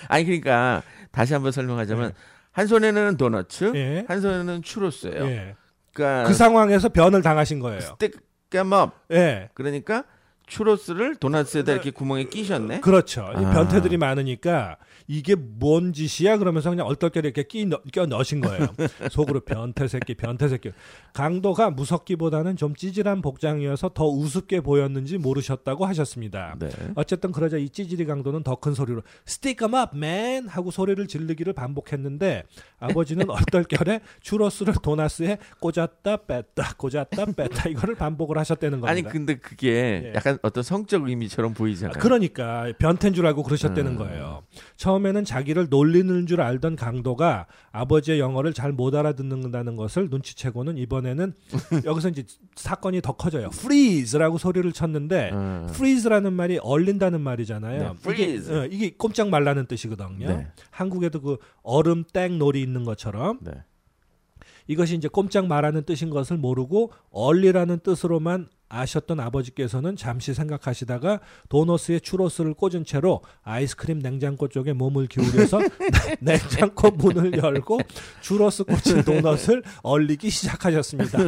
S2: 아니 그러니까 다시 한번 설명하자면
S3: 예.
S2: 한 손에는 도너츠,
S3: 예.
S2: 한 손에는 추러스예요.
S3: 예.
S2: 그러니까
S3: 그 상황에서 변을 당하신 거예요.
S2: 스틱 겜업
S3: 예.
S2: 그러니까 추러스를 도너츠에다 이렇게 구멍에 끼셨네.
S3: 그렇죠. 이
S2: 아.
S3: 변태들이 많으니까 이게 뭔 짓이야? 그러면서 그냥 얼떨결에 이렇게 끼, 넣, 껴 넣으신 거예요. 속으로 변태 새끼, 변태 새끼. 강도가 무섭기보다는 좀 찌질한 복장이어서 더 우습게 보였는지 모르셨다고 하셨습니다.
S2: 네.
S3: 어쨌든 그러자 이 찌질이 강도는 더 큰 소리로 Stick 'em up, man! 하고 소리를 질르기를 반복했는데 아버지는 얼떨결에 추러스를 도나스에 꽂았다 뺐다 꽂았다 뺐다 이거를 반복을 하셨다는 겁니다.
S2: 아니 근데 그게
S3: 예.
S2: 약간 어떤 성적 의미처럼
S3: 아,
S2: 보이잖아요.
S3: 그러니까 변태인 줄 알고 그러셨다는
S2: 네. 음.
S3: 거예요. 처음에는 자기를 놀리는 줄 알던 강도가 아버지의 영어를 잘 못 알아듣는다는 것을 눈치채고는 이번에는 여기서 이제 사건이 더 커져요. freeze라고 소리를 쳤는데
S2: 음.
S3: freeze라는 말이 얼린다는
S2: 네,
S3: 말이잖아요.
S2: freeze.
S3: 어, 이게 꼼짝 말라는 뜻이거든요.
S2: 네.
S3: 한국에도 그 얼음 땡놀이 있는 것처럼
S2: 네.
S3: 이것이 이제 꼼짝 말하는 뜻인 것을 모르고 얼리라는 뜻으로만 아셨던 아버지께서는 잠시 생각하시다가 도너스에 추로스를 꽂은 채로 아이스크림 냉장고 쪽에 몸을 기울여서 네, 냉장고 문을 열고 추로스 꽂힌 도넛을 얼리기 시작하셨습니다.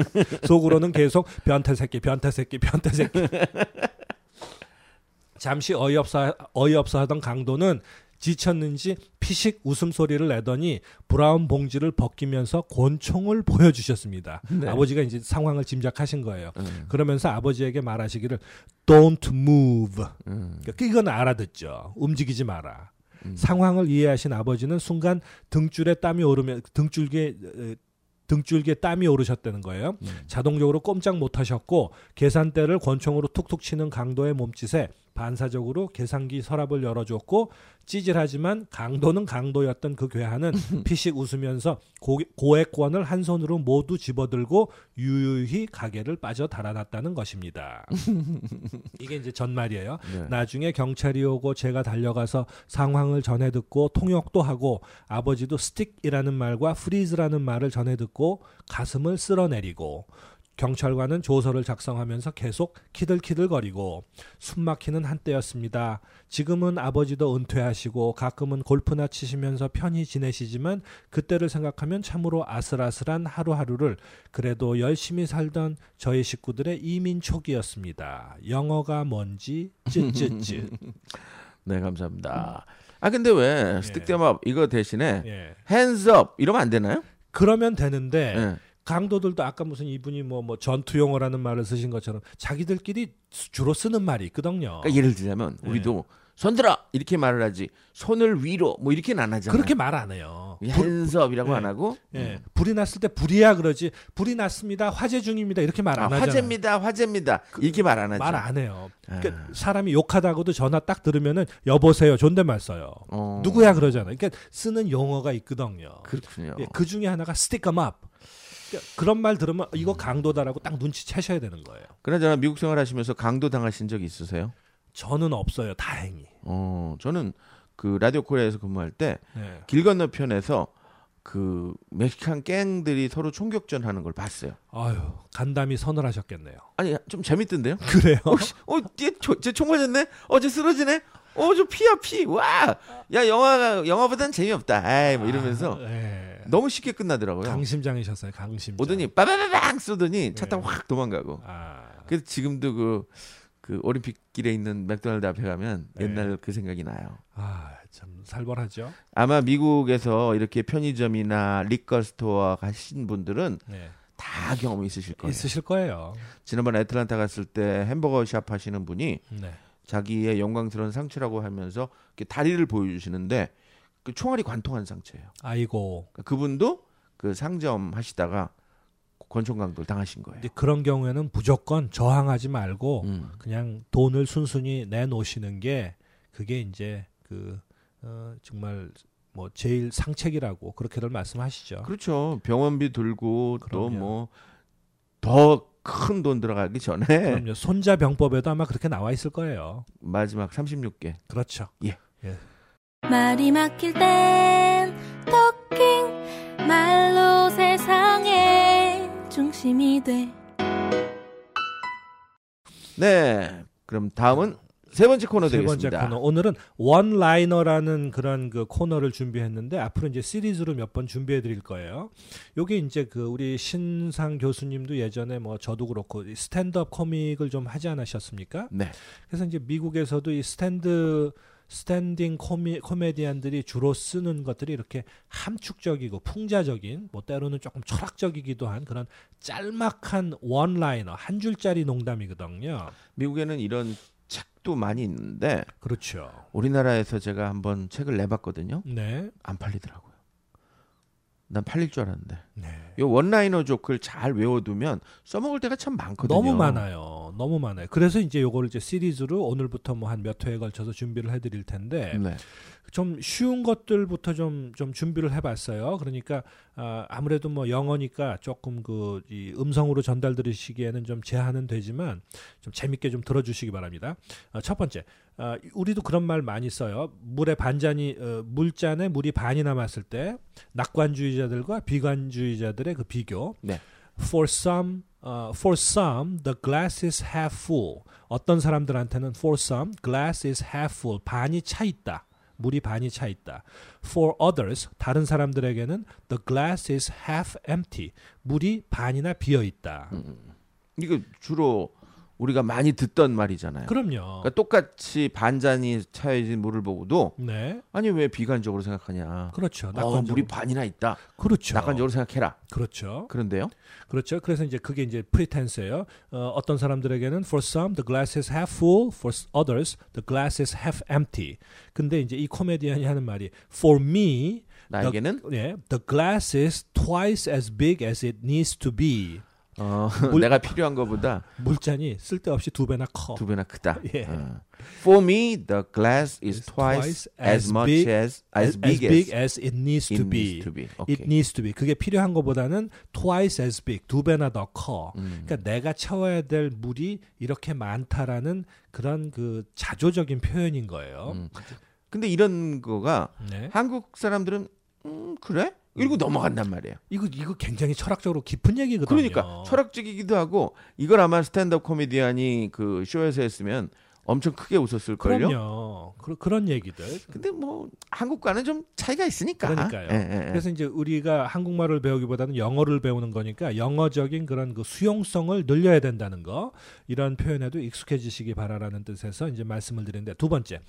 S3: 속으로는 계속 변태 새끼, 변태 새끼, 변태 새끼. 잠시 어이없어 어이없어 하던 강도는 지쳤는지 피식 웃음소리를 내더니 브라운 봉지를 벗기면서 권총을 보여주셨습니다.
S2: 네.
S3: 아버지가 이제 상황을 짐작하신 거예요.
S2: 음,
S3: 그러면서 아버지에게 말하시기를 don't move.
S2: 음,
S3: 그러니까 이건 알아듣죠. 움직이지 마라.
S2: 음.
S3: 상황을 이해하신 아버지는 순간 등줄에 땀이 오르면 등줄기에 에, 등줄기에 땀이 오르셨다는 거예요.
S2: 음.
S3: 자동적으로 꼼짝 못하셨고 계산대를 권총으로 툭툭 치는 강도의 몸짓에 반사적으로 계산기 서랍을 열어줬고 찌질하지만 강도는 강도였던 그 괴한은 피식 웃으면서 고, 고액권을 한 손으로 모두 집어들고 유유히 가게를 빠져 달아났다는 것입니다. 이게 이제 전말이에요.
S2: 네.
S3: 나중에 경찰이 오고 제가 달려가서 상황을 전해 듣고 통역도 하고 아버지도 스틱이라는 말과 프리즈라는 말을 전해 듣고 가슴을 쓸어내리고 경찰관은 조서를 작성하면서 계속 키들키들거리고 숨막히는 한때였습니다. 지금은 아버지도 은퇴하시고 가끔은 골프나 치시면서 편히 지내시지만 그때를 생각하면 참으로 아슬아슬한 하루하루를 그래도 열심히 살던 저희 식구들의 이민 초기였습니다. 영어가 뭔지 쯧쯧쯧.
S2: 네, 감사합니다. 아 근데 왜 스틱 댐업 이거 대신에
S3: 예.
S2: hands up 이러면 안 되나요?
S3: 그러면 되는데
S2: 네.
S3: 강도들도 아까 무슨 이분이 뭐 뭐 전투용어라는 말을 쓰신 것처럼 자기들끼리 수- 주로 쓰는 말이 있거든요.
S2: 그러니까 예를 들자면
S3: 어.
S2: 우리도 손들어 이렇게 말을 하지 손을 위로 뭐 이렇게는 안 하잖아요.
S3: 그렇게 말 안 해요. 불,
S2: hands up이라고
S3: 예.
S2: 안 하고 음.
S3: 예. 불이 났을 때 불이야 그러지 불이 났습니다 화재 중입니다 이렇게 말
S2: 아,
S3: 안 하잖아요. 그
S2: 화제입니다, 화제입니다 이렇게 말 안 하죠.
S3: 말 안 해요.
S2: 아.
S3: 그러니까 사람이 욕하다고도 전화 딱 들으면은 여보세요 존댓말 써요.
S2: 어,
S3: 누구야 그러잖아요. 그러니까 쓰는 용어가 있거든요.
S2: 그렇군요.
S3: 예, 그 중에 하나가 stick 'em up. 그러니까 그런 말 들으면 이거 강도다라고 딱 눈치채셔야 되는 거예요.
S2: 그나저나 미국 생활하시면서 강도 당하신 적 있으세요?
S3: 저는 없어요. 다행히.
S2: 어, 저는 그 라디오 코리아에서 근무할 때 길
S3: 예.
S2: 건너편에서 그 멕시칸 갱들이 서로 총격전 하는 걸 봤어요.
S3: 아유 간담이 서늘하셨겠네요.
S2: 아니 좀 재밌던데요?
S3: 그래요?
S2: 혹시 어쟤총 맞았네? 어쟤 쓰러지네? 어저 피야 피. 와. 야 영화 영화보단 재미없다. 아이 뭐 이러면서
S3: 아, 예.
S2: 너무 쉽게 끝나더라고요.
S3: 강심장이셨어요. 강심장.
S2: 오더니 빠바바방 쏘더니 차
S3: 네.
S2: 타고 확 도망가고.
S3: 아,
S2: 그래서 지금도 그, 그 올림픽 길에 있는 맥도날드 앞에 가면
S3: 네.
S2: 옛날 그 생각이 나요.
S3: 아, 참 살벌하죠.
S2: 아마 미국에서 이렇게 편의점이나 리커 스토어 가신 분들은
S3: 네.
S2: 다 경험이 있으실 거예요.
S3: 있으실 거예요.
S2: 지난번 애틀란타 갔을 때 햄버거 샵 하시는 분이
S3: 네.
S2: 자기의 영광스러운 상체라고 하면서 이렇게 다리를 보여주시는데 그 총알이 관통한 상체예요.
S3: 아이고.
S2: 그분도그 상점 하시다가 권총강도를 당하신 거예요.
S3: 근데 그런 경우에는 무조건 저항하지 말고
S2: 음.
S3: 그냥 돈을 순순히 내놓으시는 게 그게 이제 그 어, 정말 뭐 제일 상책이라고 그렇게들 말씀하시죠.
S2: 그렇죠. 병원비 들고
S3: 그러니까. 그럼요.
S2: 또 뭐 더 큰 돈 들어가기 전에
S3: 그럼요. 손자병법에도 아마 그렇게 나와 있을 거예요.
S2: 마지막 36개.
S3: 그렇죠.
S1: 말이 막힐 땐 토킹 말로 세상의 중심이 돼
S2: 네. 그럼 다음은 세 번째 코너
S3: 세 번째
S2: 되겠습니다.
S3: 코너 오늘은 원 라이너라는 그런 그 코너를 준비했는데 앞으로 이제 시리즈로 몇 번 준비해 드릴 거예요. 요게 이제 그 우리 신상 교수님도 예전에 뭐 저도 그렇고 이 스탠드업 코믹을 좀 하지 않으셨습니까?
S2: 네.
S3: 그래서 이제 미국에서도 이 스탠드 스탠딩 코미, 코미디언들이 주로 쓰는 것들이 이렇게 함축적이고 풍자적인 뭐 때로는 조금 철학적이기도 한 그런 짤막한 원라이너 한 줄짜리 농담이거든요.
S2: 미국에는 이런 책도 많이 있는데
S3: 그렇죠.
S2: 우리나라에서 제가 한번 책을 내봤거든요.
S3: 네.
S2: 안 팔리더라고요. 난 팔릴 줄 알았는데.
S3: 네.
S2: 이 원라이너 조크를 잘 외워두면 써먹을 때가 참 많거든요.
S3: 너무 많아요. 너무 많아요. 그래서 이제 요거를 이제 시리즈로 오늘부터 뭐 한 몇 회에 걸쳐서 준비를 해드릴 텐데
S2: 네.
S3: 좀 쉬운 것들부터 좀 좀 준비를 해봤어요. 그러니까 아, 아무래도 뭐 영어니까 조금 그 이 음성으로 전달 드리시기에는 좀 제한은 되지만 좀 재밌게 좀 들어주시기 바랍니다. 아, 첫 번째, 아, 우리도 그런 말 많이 써요. 물에 반잔이 어, 물잔에 물이 반이 남았을 때 낙관주의자들과 비관주의자들의 그 비교.
S2: 네.
S3: For some, 어, for some, the glass is half full. 어떤 사람들한테는 for some, glass is half full. 반이 차 있다. 물이 반이 차 있다. For others, 다른 사람들에게는 the glass is
S2: 음.
S3: half empty. 물이 반이나 비어 있다.
S2: 이거 주로 우리가 많이 듣던
S3: 그렇죠.
S2: 말이잖아요.
S3: 그럼요.
S2: 그러니까 똑같이 반잔이 차여진 물을 보고도
S3: 네.
S2: 아니 왜 비관적으로 생각하냐.
S3: 그렇죠.
S2: 어,
S3: 낙관적으로.
S2: 물이 반이나 있다.
S3: 그렇죠.
S2: 낙관적으로 생각해라.
S3: 그렇죠.
S2: 그런데요.
S3: 그렇죠. 그래서 이제 그게 이제 프리텐스예요. 어, 어떤 사람들에게는 for some the glass is half full, for others the glass is half empty. 근데 이제 이 코미디언이 하는 말이 for me
S2: 나에게는
S3: 예, the glass is twice as big as it needs to be.
S2: 어,
S3: 물-
S2: 내가 필요한 것보다
S3: 물잔이 쓸데없이 두 배나 커.
S2: 두 배나 크다.
S3: 예.
S2: 어. For me, the glass is
S3: It's
S2: twice,
S3: twice
S2: as,
S3: as
S2: much
S3: big-
S2: as as
S3: as,
S2: big as,
S3: big as it needs
S2: it
S3: to be.
S2: needs to be. 오케이.
S3: It needs to be. 그게 필요한 것보다는 twice as big, 두 배나 더 커.
S2: 음.
S3: 그러니까 내가 채워야 될 물이 이렇게 많다라는 그런 그 자조적인 표현인 거예요.
S2: 음. 근데 이런 거가
S3: 네.
S2: 한국 사람들은 음, 그래? 이러고 넘어간단 말이에요.
S3: 이거 이거 굉장히 철학적으로 깊은 얘기거든요.
S2: 그러니까 철학적이기도 하고 이걸 아마 스탠드업 코미디언이 그 쇼에서 했으면 엄청 크게 웃었을 걸요.
S3: 그럼요. 그, 그런 얘기들.
S2: 근데 뭐 한국과는 좀 차이가 있으니까.
S3: 그러니까요.
S2: 예, 예, 예.
S3: 그래서 이제 우리가 한국말을 배우기보다는 영어를 배우는 거니까 영어적인 그런 그 수용성을 늘려야 된다는 거 이런 표현에도 익숙해지시기 바라라는 뜻에서 이제 말씀을 드리는데 두 번째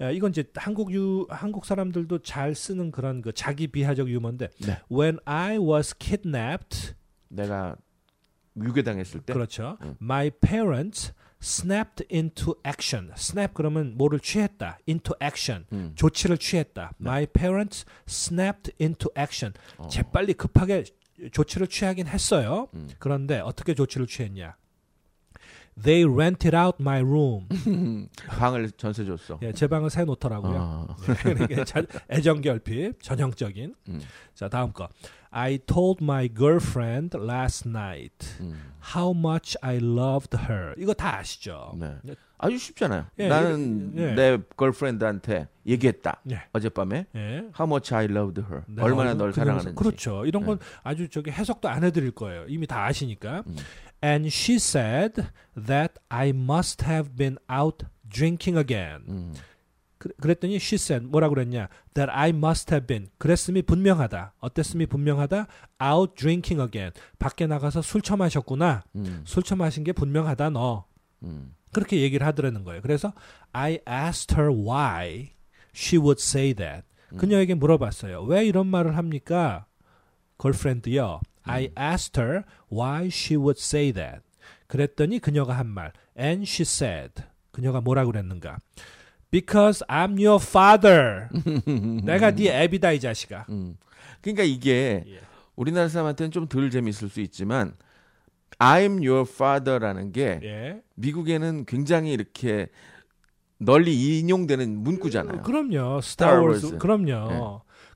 S3: 에, 이건 이제 한국 유 한국 사람들도 잘 쓰는 그런 그 자기 비하적 유머인데
S2: 네.
S3: When I was kidnapped
S2: 내가 유괴당했을 때
S3: 그렇죠
S2: 음.
S3: My parents snapped into action snap 그러면 뭐를 취했다 into action
S2: 음. 네.
S3: 조치를 취했다. My parents snapped into action. 재빨리 급하게 조치를 취하긴 했어요.
S2: 어. 음.
S3: 그런데 어떻게 조치를 취했냐? They rented out my room.
S2: 음, 방을 전세 줬어.
S3: 예, 제 방을 새 놓더라고요.
S2: 아,
S3: 예, 그러니까 자- 애정 결핍, 전형적인.
S2: 음.
S3: 자 다음 거. I told my girlfriend last night
S2: 음.
S3: how much I loved her. 이거 다 아시죠?
S2: 네.
S3: 예.
S2: 아주 쉽잖아요.
S3: 예,
S2: 나는
S3: 예.
S2: 내 걸프렌드한테 얘기했다.
S3: 예.
S2: 어젯밤에
S3: 예.
S2: How much I loved her.
S3: 네,
S2: 네. 얼마나
S3: 얼굴
S2: 널
S3: 그냥
S2: 사랑하는지. 네.
S3: 그렇죠. 이런 건 아주 저기 해석도 안 해드릴 거예요. 이미 다 아시니까.
S2: 음.
S3: And she said that I must have been out drinking again.
S2: 음.
S3: 그, 그랬더니 she said 뭐라고 그랬냐? That I must have been. 그랬음이 분명하다. 어땠음이 분명하다. Out drinking again. 밖에 나가서 술 처마셨구나.
S2: 음.
S3: 술 처마신 게 분명하다 너.
S2: 음.
S3: 그렇게 얘기를 하더라는 거예요. 그래서 I asked her why she would say that. 그녀에게 물어봤어요. 왜 이런 말을 합니까? girlfriend요. I asked her why she would say that. 그랬더니 그녀가 한 말. And she said. 그녀가 뭐라고 그랬는가? Because I'm your father. 내가 네 애비다 이 자식아.
S2: 음. 그러니까 이게
S3: 예.
S2: 우리나라 사람한테는 좀 덜 재밌을 수 있지만 I'm your father라는 게
S3: 예.
S2: 미국에는 굉장히 이렇게 널리 인용되는 문구잖아요.
S3: 그럼요.
S2: 스타워즈.
S3: 스타워즈. 그럼요.
S2: 예.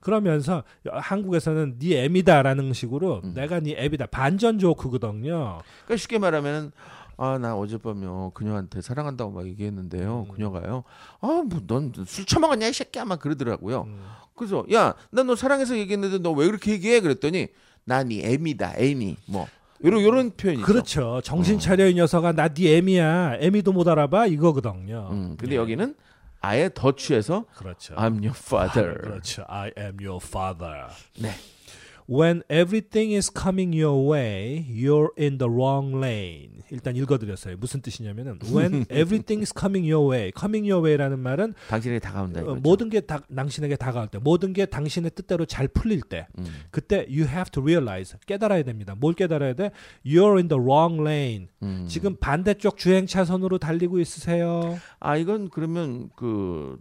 S3: 그러면서 한국에서는 네 애미다라는 식으로
S2: 음.
S3: 내가 네 애비다 반전 조크거든요.
S2: 그러니까 쉽게 말하면 아 나 어젯밤요 그녀한테 사랑한다고 막 얘기했는데요
S3: 음.
S2: 그녀가요 아 뭐 넌 술 처먹었냐 이 새끼야 막 그러더라고요
S3: 음.
S2: 그래서 야 난 너 사랑해서 얘기했는데 너 왜 그렇게 얘기해 그랬더니 난이 애미다 애미 뭐 요런 요런 표현이죠
S3: 음.
S2: 음.
S3: 그렇죠. 정신 차려 이 녀석아 나 네 애미야. 애미도 못 알아봐 이거거든요.
S2: 음, 근데
S3: 예.
S2: 여기는 아예 더 취해서
S3: 그렇죠.
S2: I'm your father
S3: 그렇죠. I am your father.
S2: 네
S3: When everything is coming your way, you're in the wrong lane. 일단 읽어드렸어요. 무슨 뜻이냐면은 When everything is coming your way, coming your way라는 말은
S2: 당신에게 다가온다 이거죠
S3: 어, 모든 게 다, 당신에게 다가올 때, 모든 게 당신의 뜻대로 잘 풀릴 때,
S2: 음.
S3: 그때 you have to realize 깨달아야 됩니다. 뭘 깨달아야 돼? You're in the wrong lane.
S2: 음.
S3: 지금 반대쪽 주행 차선으로 달리고 있으세요.
S2: 아 이건 그러면 그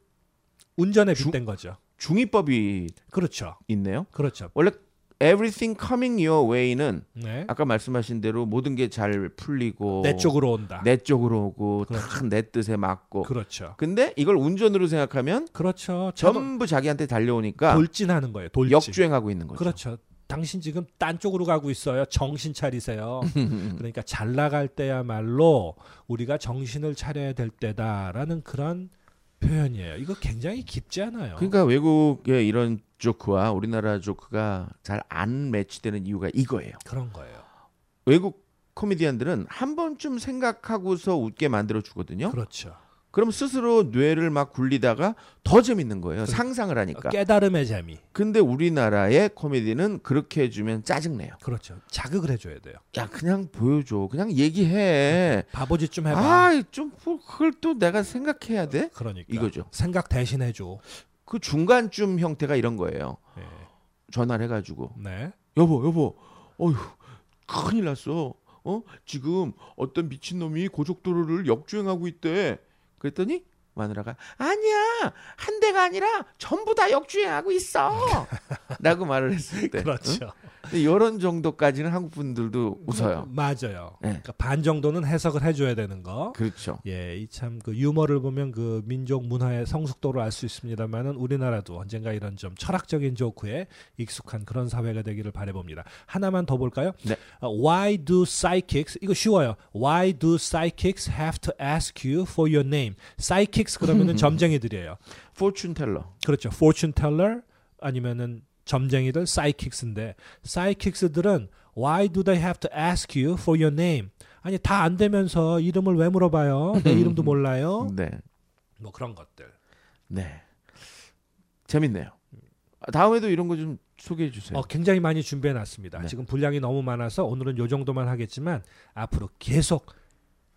S3: 운전에
S2: 주-
S3: 빗댄 거죠.
S2: 중의법이
S3: 그렇죠.
S2: 있네요
S3: 그렇죠.
S2: 원래 everything coming your way는
S3: 네.
S2: 아까 말씀하신 대로 모든 게 잘 풀리고
S3: 내 쪽으로 온다.
S2: 어. 내 쪽으로 오고
S3: 그렇죠.
S2: 다 내 뜻에 맞고
S3: 그렇죠.
S2: 근데 이걸 운전으로 생각하면
S3: 그렇죠. 차도
S2: 전부 자기한테 달려오니까
S3: 돌진하는 거예요. 돌진.
S2: 역주행하고 있는 거죠.
S3: 그렇죠. 당신 지금 딴 쪽으로 가고 있어요. 정신 차리세요. 그러니까 잘 나갈 때야말로 우리가 정신을 차려야 될 때다라는 그런 표현이에요. 이거 굉장히 깊지 않아요.
S2: 그러니까 외국의 이런 조크와 우리나라 조크가 잘 안 매치되는 이유가 이거예요.
S3: 그런 거예요.
S2: 외국 코미디언들은 한 번쯤 생각하고서 웃게 만들어 주거든요.
S3: 그렇죠.
S2: 그럼 스스로 뇌를 막 굴리다가 더 재밌는 거예요. 상상을 하니까.
S3: 그렇죠. 깨달음의 재미.
S2: 근데 우리나라의 코미디는 그렇게 해주면 짜증내요.
S3: 그렇죠. 자극을 해줘야 돼요.
S2: 야 그냥 보여줘. 그냥 얘기해.
S3: 바보짓 좀 해봐.
S2: 아좀 뭐 그걸 또 내가 생각해야 돼?
S3: 그러니까
S2: 이거죠.
S3: 생각 대신 해줘.
S2: 그 중간쯤 형태가 이런 거예요.
S3: 예.
S2: 전화를 해가지고
S3: 네.
S2: 여보 여보 어휴 큰일 났어 어 지금 어떤 미친놈이 고속도로를 역주행하고 있대 그랬더니 마누라가 아니야 한 대가 아니라 전부 다 역주행하고 있어 라고 말을 했을 때
S3: 그렇죠.
S2: 응? 근데 이런 정도까지는 한국 분들도 웃어요
S3: 맞아요.
S2: 네.
S3: 그러니까 반 정도는 해석을 해줘야 되는 거.
S2: 그렇죠
S3: 예, 이 참 그 유머를 보면 그 민족 문화의 성숙도를 알 수 있습니다만은 우리나라도 언젠가 이런 좀 철학적인 조크에 익숙한 그런 사회가 되기를 바라봅니다. 하나만 더 볼까요?
S2: 네.
S3: 아, Why do psychics 이거 쉬워요. Why do psychics have to ask you for your name? Psychics 그러면은 점쟁이들이에요.
S2: 포춘 텔러
S3: 그렇죠. fortune teller 아니면은 점쟁이들 psychics인데 psychics들은 why do they have to ask you for your name? 아니 다 안 되면서 이름을 왜 물어봐요? 내 이름도 몰라요.
S2: 네
S3: 뭐 그런 것들.
S2: 네. 재밌네요 다음에도 이런 거 좀 소개해 주세요
S3: 어, 굉장히 많이 준비해 놨습니다.
S2: 네.
S3: 지금 분량이 너무 많아서 오늘은 요 정도만 하겠지만 앞으로 계속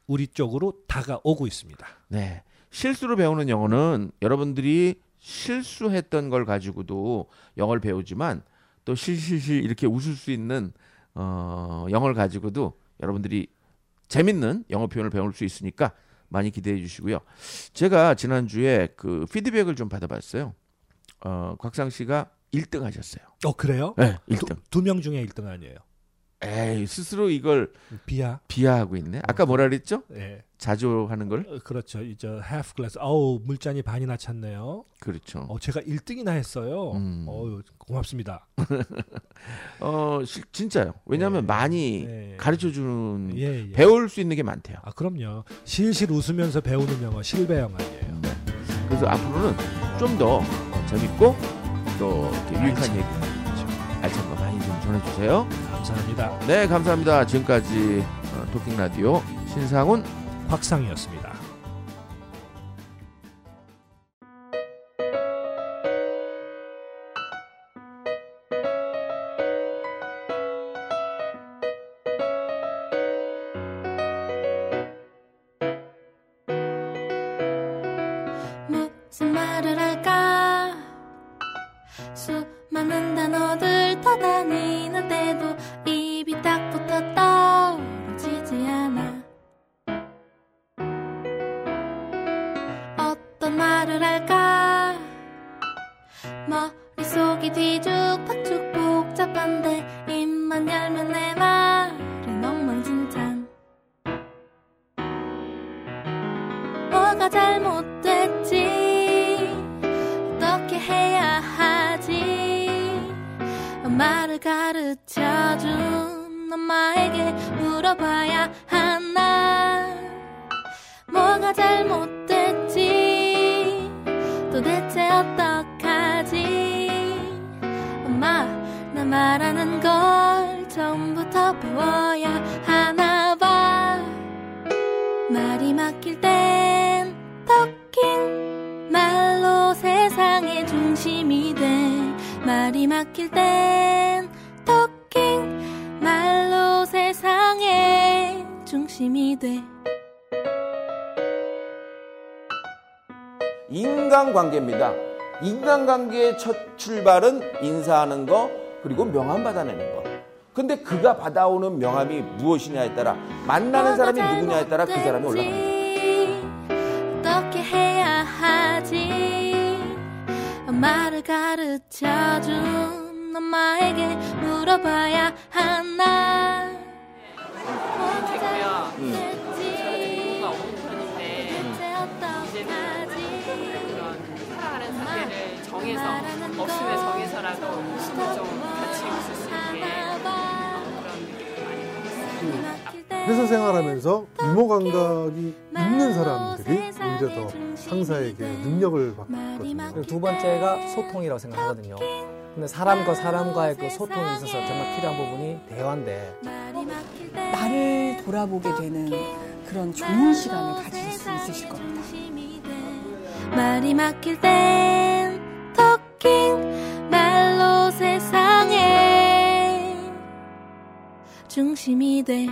S3: 우리 쪽으로 다가오고 있습니다.
S2: 네. 실수로 배우는 영어는 여러분들이 실수했던 걸 가지고도 영어를 배우지만 또 실실실 이렇게 웃을 수 있는 어, 영어를 가지고도 여러분들이 재밌는 영어 표현을 배울 수 있으니까 많이 기대해 주시고요. 제가 지난주에 그 피드백을 좀 받아봤어요. 어, 곽상 씨가 1등 하셨어요.
S3: 어 그래요?
S2: 네, 1등.
S3: 두 명 중에 1등 아니에요.
S2: 에이, 스스로 이걸
S3: 비야.
S2: 비하하고 있네. 아까 뭐라 그랬죠?
S3: 예.
S2: 자주 하는 걸?
S3: 어, 그렇죠. 이제 half glass. 어우, 물잔이 반이나 찼네요.
S2: 그렇죠.
S3: 어, 제가 1등이나 했어요.
S2: 음.
S3: 어유 고맙습니다.
S2: 어, 실- 진짜요. 왜냐하면
S3: 예.
S2: 많이
S3: 예.
S2: 가르쳐 주는
S3: 예, 예.
S2: 배울 수 있는 게 많대요.
S3: 아, 그럼요. 실실 웃으면서 배우는 영어 실배 영어 아니에요. 네.
S2: 그래서 앞으로는 좀 더 재밌고 또 이렇게 유익한 얘기 알찬 거 많이 좀 전해주세요.
S3: 감사합니다.
S2: 네, 감사합니다. 지금까지 어, 토킹 라디오 신상훈
S3: 곽상이었습니다.
S1: 무슨 말을 할까 수많은 단어들 떠다니는데도 입이 딱 붙어 떨어지지 않아 어떤 말을 할까 머릿속이 뒤죽박죽 복잡한데 입만 열면 내 말은 엉망진창 뭐가 잘못됐지 어떻게 해야 하지 엄마를 가르쳐준 엄마에게 물어봐야 하나 뭐가 잘못됐지 도대체 어떡하지 엄마 나 말하는 걸 처음부터 배워야 하나 봐 말이 막힐 땐 토킹 말로 세상의 중심이 돼 말이 막힐 땐 토킹 말로 세상의 중심이 돼
S2: 인간관계입니다. 인간관계의 첫 출발은 인사하는 거 그리고 명함 받아내는 거. 근데 그가 받아오는 명함이 무엇이냐에 따라
S1: 아,
S2: 만나는 사람이 누구냐에 따라 그
S1: 네.
S2: 사람이 올라갑니다.
S1: 어떻게 해야 하지 엄마를 가르쳐준 엄마에게 물어봐야 하나
S2: 음.
S4: 책이야.
S1: 음.
S4: 뭔가 오는 편인데 그런 사랑하는 상대를 정해서 없으면 정해서라도 웃음을 좀 같이 웃을 수 있게 그런 느낌을 많이
S5: 회사 생활하면서 유머 감각이 있는 사람들이 오히려 더 상사에게 능력을 받거든요.
S6: 그리고 두 번째가 소통이라고 생각하거든요. 근데 사람과 사람과의 그 소통이 있어서 정말 필요한 부분이 대화인데
S1: 나를
S7: 나를 돌아보게 되는 그런 좋은 시간을 가질 수 있어요.
S4: 있으실 겁니다.
S1: 말이 막힐 땐 토킹 말로 세상에 중심이 돼